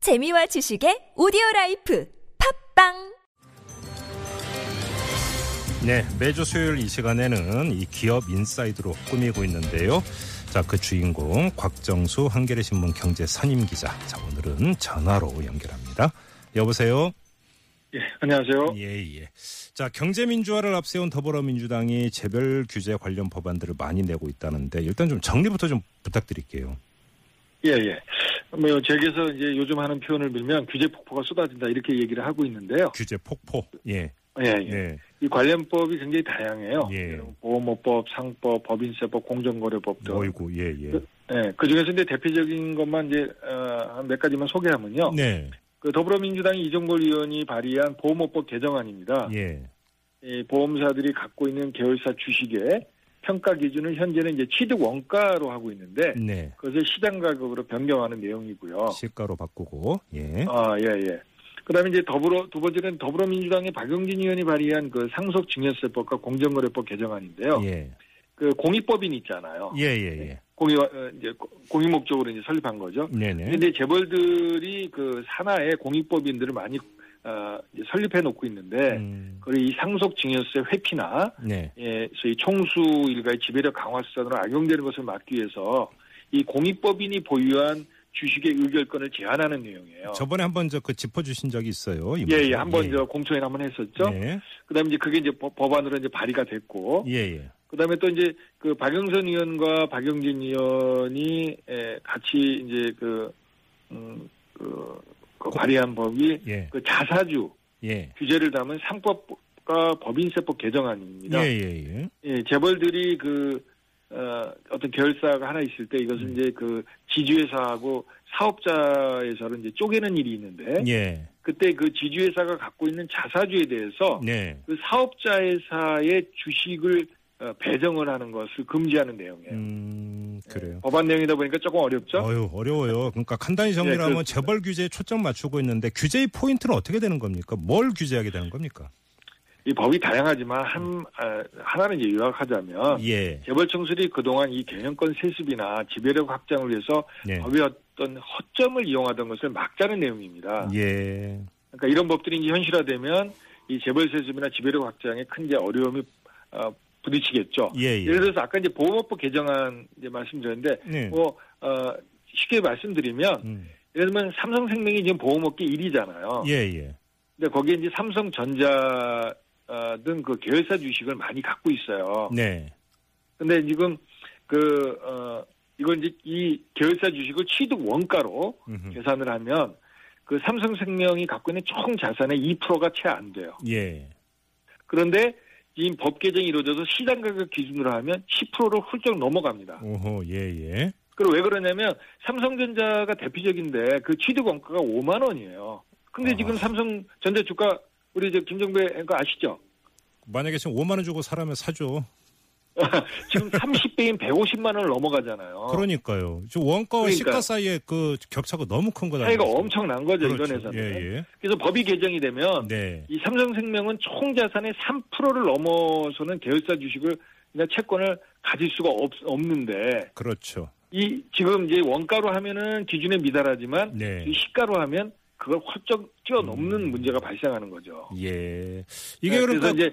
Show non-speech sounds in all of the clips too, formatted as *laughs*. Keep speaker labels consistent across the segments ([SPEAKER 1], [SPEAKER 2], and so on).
[SPEAKER 1] 재미와 지식의 오디오 라이프 팝빵
[SPEAKER 2] 네, 매주 수요일 이 시간에는 이 기업 인사이드로 꾸미고 있는데요. 자, 그 주인공 곽정수 한겨레 신문 경제 선임 기자. 자, 오늘은 전화로 연결합니다. 여보세요.
[SPEAKER 3] 예, 안녕하세요.
[SPEAKER 2] 예, 예. 자, 경제 민주화를 앞세운 더불어민주당이 재별 규제 관련 법안들을 많이 내고 있다는데 일단 좀 정리부터 좀 부탁드릴게요.
[SPEAKER 3] 예, 예. 뭐, 제게서 이제 요즘 하는 표현을 빌면 규제 폭포가 쏟아진다 이렇게 얘기를 하고 있는데요.
[SPEAKER 2] 규제 폭포. 예.
[SPEAKER 3] 예, 예.
[SPEAKER 2] 예.
[SPEAKER 3] 이 관련법이 굉장히 다양해요.
[SPEAKER 2] 예.
[SPEAKER 3] 여러 보호모법, 상법, 법인세법, 공정거래법 등.
[SPEAKER 2] 어이구. 예, 예.
[SPEAKER 3] 예, 그 중에서 이제 대표적인 것만 이제, 어, 한몇 가지만 소개하면요.
[SPEAKER 2] 네.
[SPEAKER 3] 그 더불어민주당이 이정걸 의원이 발의한 보호모법 개정안입니다.
[SPEAKER 2] 예.
[SPEAKER 3] 이 보험사들이 갖고 있는 계열사 주식의 평가 기준을 현재는 이제 취득 원가로 하고 있는데
[SPEAKER 2] 네.
[SPEAKER 3] 그것을 시장 가격으로 변경하는 내용이고요.
[SPEAKER 2] 시가로 바꾸고. 예.
[SPEAKER 3] 아, 예, 예. 그 다음에 이제 더불어, 두 번째는 더불어민주당의 박용진 의원이 발의한 그 상속증여세법과 공정거래법 개정안인데요.
[SPEAKER 2] 예.
[SPEAKER 3] 그 공익법인 있잖아요.
[SPEAKER 2] 예, 예, 예.
[SPEAKER 3] 공익, 어, 이제 고- 공익 목적으로 이제 설립한 거죠.
[SPEAKER 2] 네네.
[SPEAKER 3] 근데 재벌들이 그 산하에 공익법인들을 많이 어, 이제 설립해 놓고 있는데,
[SPEAKER 2] 음,
[SPEAKER 3] 그리고 이 상속증여세 회피나,
[SPEAKER 2] 네.
[SPEAKER 3] 예, 소위 총수 일가의 지배력 강화 수단으로 악용되는 것을 막기 위해서 이 공익법인이 보유한 주식의 의결권을 제한하는 내용이에요.
[SPEAKER 2] 저번에 한번 저 그 짚어주신 적이 있어요. 이
[SPEAKER 3] 어. 예,
[SPEAKER 2] 문제.
[SPEAKER 3] 예, 한번 저 공청회 한번 했었죠.
[SPEAKER 2] 네.
[SPEAKER 3] 그다음에 이제 그게 이제 법- 법안으로 이제 발의가 됐고,
[SPEAKER 2] 예, 예.
[SPEAKER 3] 그다음에 또 이제 그 박영선 의원과 박영진 의원이 에, 같이 이제 그, 음, 그, 그 발의한 법이
[SPEAKER 2] 예,
[SPEAKER 3] 그 자사주
[SPEAKER 2] 예.
[SPEAKER 3] 규제를 담은 상법과 법인세법
[SPEAKER 2] 예,
[SPEAKER 3] 개정안입니다.
[SPEAKER 2] 예, 예.
[SPEAKER 3] 예, 재벌들이 그 어, 어떤 계열사가 하나 있을 때
[SPEAKER 2] 음.
[SPEAKER 3] 이것은 이제 그 지주회사하고 사업자에서는 이제 쪼개는 일이 있는데
[SPEAKER 2] 예,
[SPEAKER 3] 그때 그 지주회사가 갖고 있는 자사주에 대해서
[SPEAKER 2] 네.
[SPEAKER 3] 그 사업자 회사의 주식을 어, 배정을 하는 것을 금지하는 내용이에요.
[SPEAKER 2] 음, 그래요.
[SPEAKER 3] 법안 내용이다 보니까 조금 어렵죠.
[SPEAKER 2] 어유 어려워요. 그러니까 간단히 정리하면
[SPEAKER 3] 예, 그-
[SPEAKER 2] 재벌 규제에 초점 맞추고 있는데 규제의 포인트는 어떻게 되는 겁니까? 뭘 규제하게 되는 겁니까?
[SPEAKER 3] 이 법이 다양하지만 한 아, 하나는 이제 요약하자면
[SPEAKER 2] 예,
[SPEAKER 3] 재벌 청술이 그동안 이 경영권 세습이나 지배력 확장을 위해서
[SPEAKER 2] 예,
[SPEAKER 3] 법의 어떤 허점을 이용하던 것을 막자는 내용입니다.
[SPEAKER 2] 예,
[SPEAKER 3] 그러니까 이런 법들이 이제 현실화되면 이 재벌 세습이나 지배력 확장에 큰 이제 어려움이 어, 부딪히겠죠.
[SPEAKER 2] 예, 예.
[SPEAKER 3] 예를 들어서 아까 이제 보험업법 개정안 이제 말씀드렸는데
[SPEAKER 2] 네.
[SPEAKER 3] 뭐 어, 쉽게 말씀드리면
[SPEAKER 2] 음,
[SPEAKER 3] 예를 들면 삼성생명이 지금 보험업계 1위잖아요.
[SPEAKER 2] 예, 예.
[SPEAKER 3] 근데 거기에 이제 삼성전자 등 그 계열사 주식을 많이 갖고 있어요.
[SPEAKER 2] 네.
[SPEAKER 3] 근데 지금 그 어, 이건 이제 이 계열사 주식을 취득 원가로
[SPEAKER 2] 음흠.
[SPEAKER 3] 계산을 하면 그 삼성생명이 갖고 있는 총 자산의 2%가 채 안 돼요.
[SPEAKER 2] 예,
[SPEAKER 3] 그런데 지금 법 개정이 이루어져서 시장 가격 기준으로 하면 10%로 훌쩍 넘어갑니다.
[SPEAKER 2] 오호, 예, 예.
[SPEAKER 3] 그리고 왜 그러냐면 삼성전자가 대표적인데 그 취득 원가가 5만 원이에요. 근데
[SPEAKER 2] 아.
[SPEAKER 3] 지금 삼성전자 주가 우리 저 김정배 앵커 아시죠?
[SPEAKER 2] 만약에 지금 5만 원 주고 사라면 사죠. *laughs*
[SPEAKER 3] 지금 30배인 150만 원을 넘어가잖아요.
[SPEAKER 2] 그러니까요. 지금 원가와
[SPEAKER 3] 그러니까요.
[SPEAKER 2] 시가 사이의 그 격차가 너무 큰 거다.
[SPEAKER 3] 차이가 엄청난 거죠
[SPEAKER 2] 그렇죠.
[SPEAKER 3] 이런 회사는.
[SPEAKER 2] 예, 예.
[SPEAKER 3] 그래서 법이 개정이 되면
[SPEAKER 2] 네.
[SPEAKER 3] 이 삼성생명은 총 자산의 3%를 넘어서는 계열사 주식을 그냥 채권을 가질 수가 없, 없는데
[SPEAKER 2] 그렇죠.
[SPEAKER 3] 이 지금 이제 원가로 하면은 기준에 미달하지만
[SPEAKER 2] 네. 음.
[SPEAKER 3] 이 시가로 하면 그걸 훌쩍 뛰어넘는 문제가 발생하는 거죠.
[SPEAKER 2] 예. 이게
[SPEAKER 3] 네,
[SPEAKER 2] 그러니까
[SPEAKER 3] 그래서 이제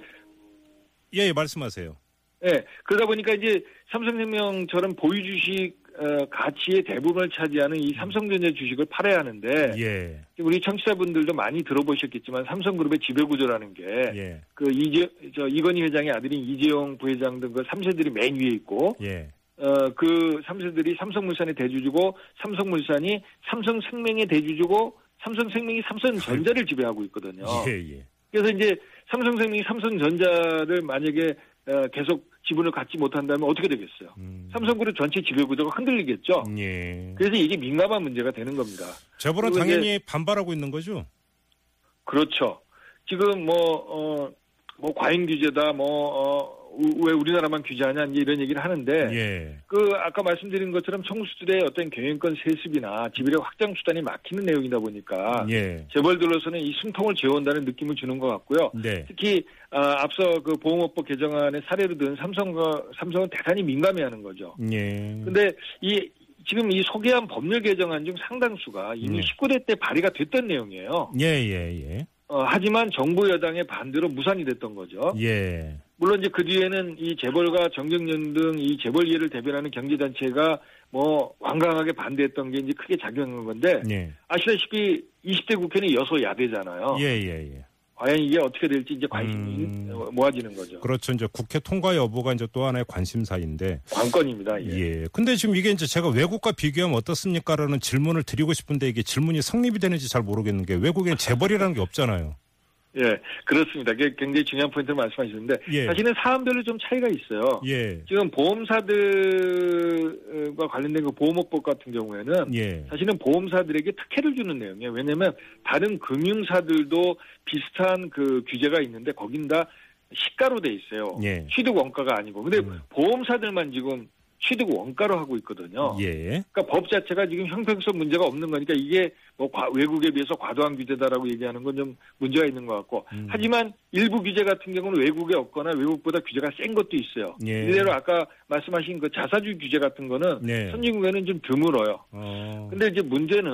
[SPEAKER 2] 예, 예, 말씀하세요.
[SPEAKER 3] 예 그러다 보니까 이제 삼성생명처럼 보유 주식 어, 가치의 대부분을 차지하는 이 삼성전자 주식을 팔아야 하는데
[SPEAKER 2] 예.
[SPEAKER 3] 우리 청취자분들도 많이 들어보셨겠지만 삼성그룹의 지배구조라는 게
[SPEAKER 2] 예.
[SPEAKER 3] 그 이재 저 이건희 회장의 아들인 이재용 부회장 등 그 삼세들이맨 위에 있고
[SPEAKER 2] 예.
[SPEAKER 3] 어 그 삼세들이 삼성물산의 대주주고 삼성물산이 삼성생명의 대주주고 삼성생명이 삼성전자를 지배하고 있거든요.
[SPEAKER 2] 예, 예.
[SPEAKER 3] 그래서 이제 삼성생명이 삼성전자를 만약에 어, 계속 지분을 갖지 못한다면 어떻게 되겠어요?
[SPEAKER 2] 음.
[SPEAKER 3] 삼성그룹 전체 지배구조가 흔들리겠죠.
[SPEAKER 2] 예.
[SPEAKER 3] 그래서 이게 민감한 문제가 되는 겁니다.
[SPEAKER 2] 저보다
[SPEAKER 3] 그리고
[SPEAKER 2] 당연히 반발하고 있는 거죠.
[SPEAKER 3] 그렇죠. 지금 뭐, 어, 뭐, 과잉 규제다, 뭐, 어, 우- 왜 우리나라만 규제하냐, 이제 이런 얘기를 하는데,
[SPEAKER 2] 예.
[SPEAKER 3] 그, 아까 말씀드린 것처럼 청수들의 어떤 경영권 세습이나 지배력 확장 수단이 막히는 내용이다 보니까,
[SPEAKER 2] 예.
[SPEAKER 3] 재벌들로서는 이 숨통을 재운다는 느낌을 주는 것 같고요.
[SPEAKER 2] 네.
[SPEAKER 3] 특히, 아, 앞서 그 보험업법 개정안의 사례로 든 삼성과, 삼성은 대단히 민감해 하는 거죠.
[SPEAKER 2] 예.
[SPEAKER 3] 근데 이, 지금 이 소개한 법률 개정안 중 상당수가 이미
[SPEAKER 2] 예.
[SPEAKER 3] 19대 때 발의가 됐던 내용이에요.
[SPEAKER 2] 예, 예,
[SPEAKER 3] 어, 하지만 정부 여당의 반대로 무산이 됐던 거죠.
[SPEAKER 2] 예. 예.
[SPEAKER 3] 물론 이제 그 뒤에는 이 재벌과 정경련 등 이 재벌 이해를 대변하는 경제단체가 뭐 완강하게 반대했던 게 이제 크게 작용한 건데
[SPEAKER 2] 예.
[SPEAKER 3] 아시다시피 20대 국회는 여소야대잖아요.
[SPEAKER 2] 예, 예, 예.
[SPEAKER 3] 과연 이게 어떻게 될지 이제 관심이
[SPEAKER 2] 음.
[SPEAKER 3] 어, 모아지는 거죠.
[SPEAKER 2] 그렇죠. 이제 국회 통과 여부가 이제 또 하나의 관심사인데.
[SPEAKER 3] 관건입니다. 예.
[SPEAKER 2] 예. 근데 지금 이게 이제 제가 외국과 비교하면 어떻습니까라는 질문을 드리고 싶은데 이게 질문이 성립이 되는지 잘 모르겠는 게 외국엔 재벌이라는 게 없잖아요.
[SPEAKER 3] 예, 그렇습니다. 그게 굉장히 중요한 포인트를 말씀하셨는데
[SPEAKER 2] 예.
[SPEAKER 3] 사실은 사안별로 좀 차이가 있어요.
[SPEAKER 2] 예.
[SPEAKER 3] 지금 보험사들과 관련된 그 보험업법 같은 경우에는
[SPEAKER 2] 예.
[SPEAKER 3] 사실은 보험사들에게 특혜를 주는 내용이에요. 왜냐하면 다른 금융사들도 비슷한 그 규제가 있는데 거긴 다 시가로 돼 있어요.
[SPEAKER 2] 예.
[SPEAKER 3] 취득 원가가 아니고. 근데
[SPEAKER 2] 음.
[SPEAKER 3] 보험사들만 지금 취득 원가로 하고 있거든요.
[SPEAKER 2] 예.
[SPEAKER 3] 그러니까 법 자체가 지금 형평성 문제가 없는 거니까 이게 뭐 과- 외국에 비해서 과도한 규제다라고 얘기하는 건 좀 문제가 있는 것 같고
[SPEAKER 2] 음.
[SPEAKER 3] 하지만 일부 규제 같은 경우는 외국에 없거나 외국보다 규제가 센 것도 있어요.
[SPEAKER 2] 예.
[SPEAKER 3] 이대로 아까 말씀하신 그 자사주 규제 같은 거는
[SPEAKER 2] 네.
[SPEAKER 3] 선진국에는 좀 드물어요.
[SPEAKER 2] 어.
[SPEAKER 3] 근데 이제 문제는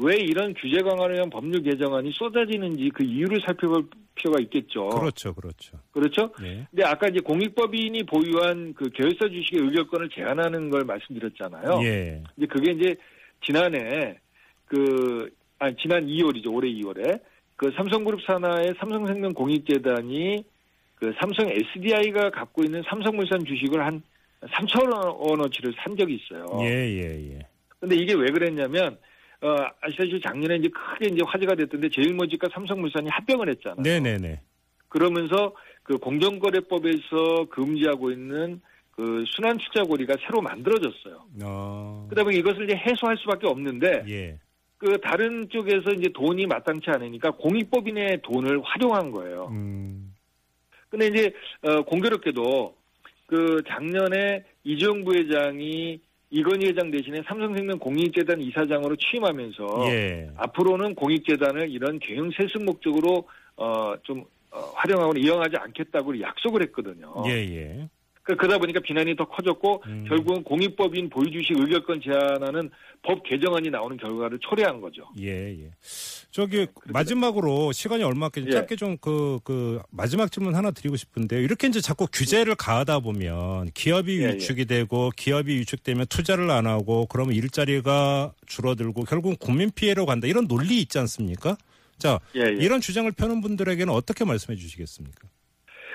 [SPEAKER 3] 왜 이런 규제 강화를 위한 법률 개정안이 쏟아지는지 그 이유를 살펴볼 필요가 있겠죠.
[SPEAKER 2] 그렇죠. 그렇죠.
[SPEAKER 3] 그렇죠?
[SPEAKER 2] 예.
[SPEAKER 3] 근데 아까 이제 공익법인이 보유한 그 계열사 주식의 의결권을 제한하는 걸 말씀드렸잖아요.
[SPEAKER 2] 예.
[SPEAKER 3] 근데 그게 이제 지난해 그 아니 지난 2월이죠 올해 2월에 그 삼성그룹 산하의 삼성생명 공익재단이 그 삼성 SDI가 갖고 있는 삼성물산 주식을 한 3천 원 어치를 산 적이 있어요.
[SPEAKER 2] 예, 예, 예.
[SPEAKER 3] 근데 이게 왜 그랬냐면 어 아시다시피 작년에 이제 크게 이제 화제가 됐던데 제일모직과 그러니까 삼성물산이 합병을 했잖아요.
[SPEAKER 2] 네, 네, 네.
[SPEAKER 3] 그러면서 그 공정거래법에서 금지하고 있는 그 순환 투자고리가 새로 만들어졌어요.
[SPEAKER 2] 어.
[SPEAKER 3] 그다음에 이것을 이제 해소할 수밖에 없는데
[SPEAKER 2] 예.
[SPEAKER 3] 그 다른 쪽에서 이제 돈이 마땅치 않으니까 공익법인의 돈을 활용한 거예요.
[SPEAKER 2] 음.
[SPEAKER 3] 근데 이제 어, 공교롭게도 그 작년에 이재용 부회장이 이건희 회장 대신에 삼성생명 공익재단 이사장으로 취임하면서
[SPEAKER 2] 예.
[SPEAKER 3] 앞으로는 공익재단을 이런 경영 세습 목적으로 어, 좀 어, 활용하거나 이용하지 않겠다고 약속을 했거든요.
[SPEAKER 2] 예, 예.
[SPEAKER 3] 그- 그러다 보니까 비난이 더 커졌고
[SPEAKER 2] 음.
[SPEAKER 3] 결국은 공익법인 보유주식 의결권 제한하는 법 개정안이 나오는 결과를 초래한 거죠.
[SPEAKER 2] 예, 예. 저기 마지막으로 시간이 얼마 없게
[SPEAKER 3] 네, 예.
[SPEAKER 2] 짧게 좀 그 그 마지막 질문 하나 드리고 싶은데 이렇게 이제 자꾸 규제를 가하다 보면 기업이
[SPEAKER 3] 예, 예.
[SPEAKER 2] 위축이 되고 기업이 위축되면 투자를 안 하고 그러면 일자리가 줄어들고 결국은 국민 피해로 간다 이런 논리 있지 않습니까? 자,
[SPEAKER 3] 예, 예.
[SPEAKER 2] 이런 주장을 펴는 분들에게는 어떻게 말씀해 주시겠습니까?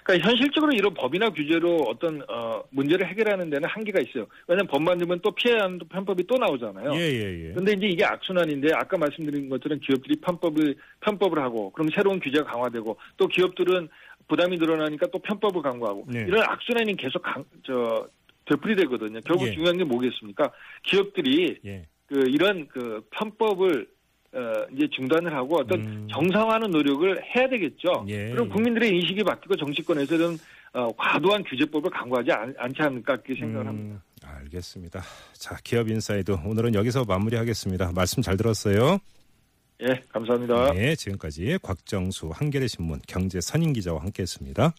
[SPEAKER 3] 그러니까 현실적으로 이런 법이나 규제로 어떤 어, 문제를 해결하는 데는 한계가 있어요. 왜냐하면 법 만들면 또 피해야 하는 편법이 또 나오잖아요.
[SPEAKER 2] 예, 예, 예.
[SPEAKER 3] 그런데 이제 이게 악순환인데 아까 말씀드린 것처럼 기업들이 편법을 편법을 하고 그럼 새로운 규제가 강화되고 또 기업들은 부담이 늘어나니까 또 편법을 강구하고
[SPEAKER 2] 네.
[SPEAKER 3] 이런 악순환이 계속 강, 저 되풀이되거든요. 결국
[SPEAKER 2] 예.
[SPEAKER 3] 중요한 게 뭐겠습니까? 기업들이
[SPEAKER 2] 예.
[SPEAKER 3] 그 이런 그 편법을 어, 이제 중단을 하고 어떤
[SPEAKER 2] 음.
[SPEAKER 3] 정상화하는 노력을 해야 되겠죠.
[SPEAKER 2] 예,
[SPEAKER 3] 그럼
[SPEAKER 2] 예.
[SPEAKER 3] 국민들의 인식이 바뀌고 정치권에서는 어, 과도한 규제법을 강구하지 않, 않지 않을까 그렇게 생각을 합니다.
[SPEAKER 2] 음, 알겠습니다. 자, 기업 인사이드 오늘은 여기서 마무리하겠습니다. 말씀 잘 들었어요.
[SPEAKER 3] 예, 감사합니다.
[SPEAKER 2] 네, 지금까지 곽정수 한겨레 신문 경제 선임 기자와 함께했습니다.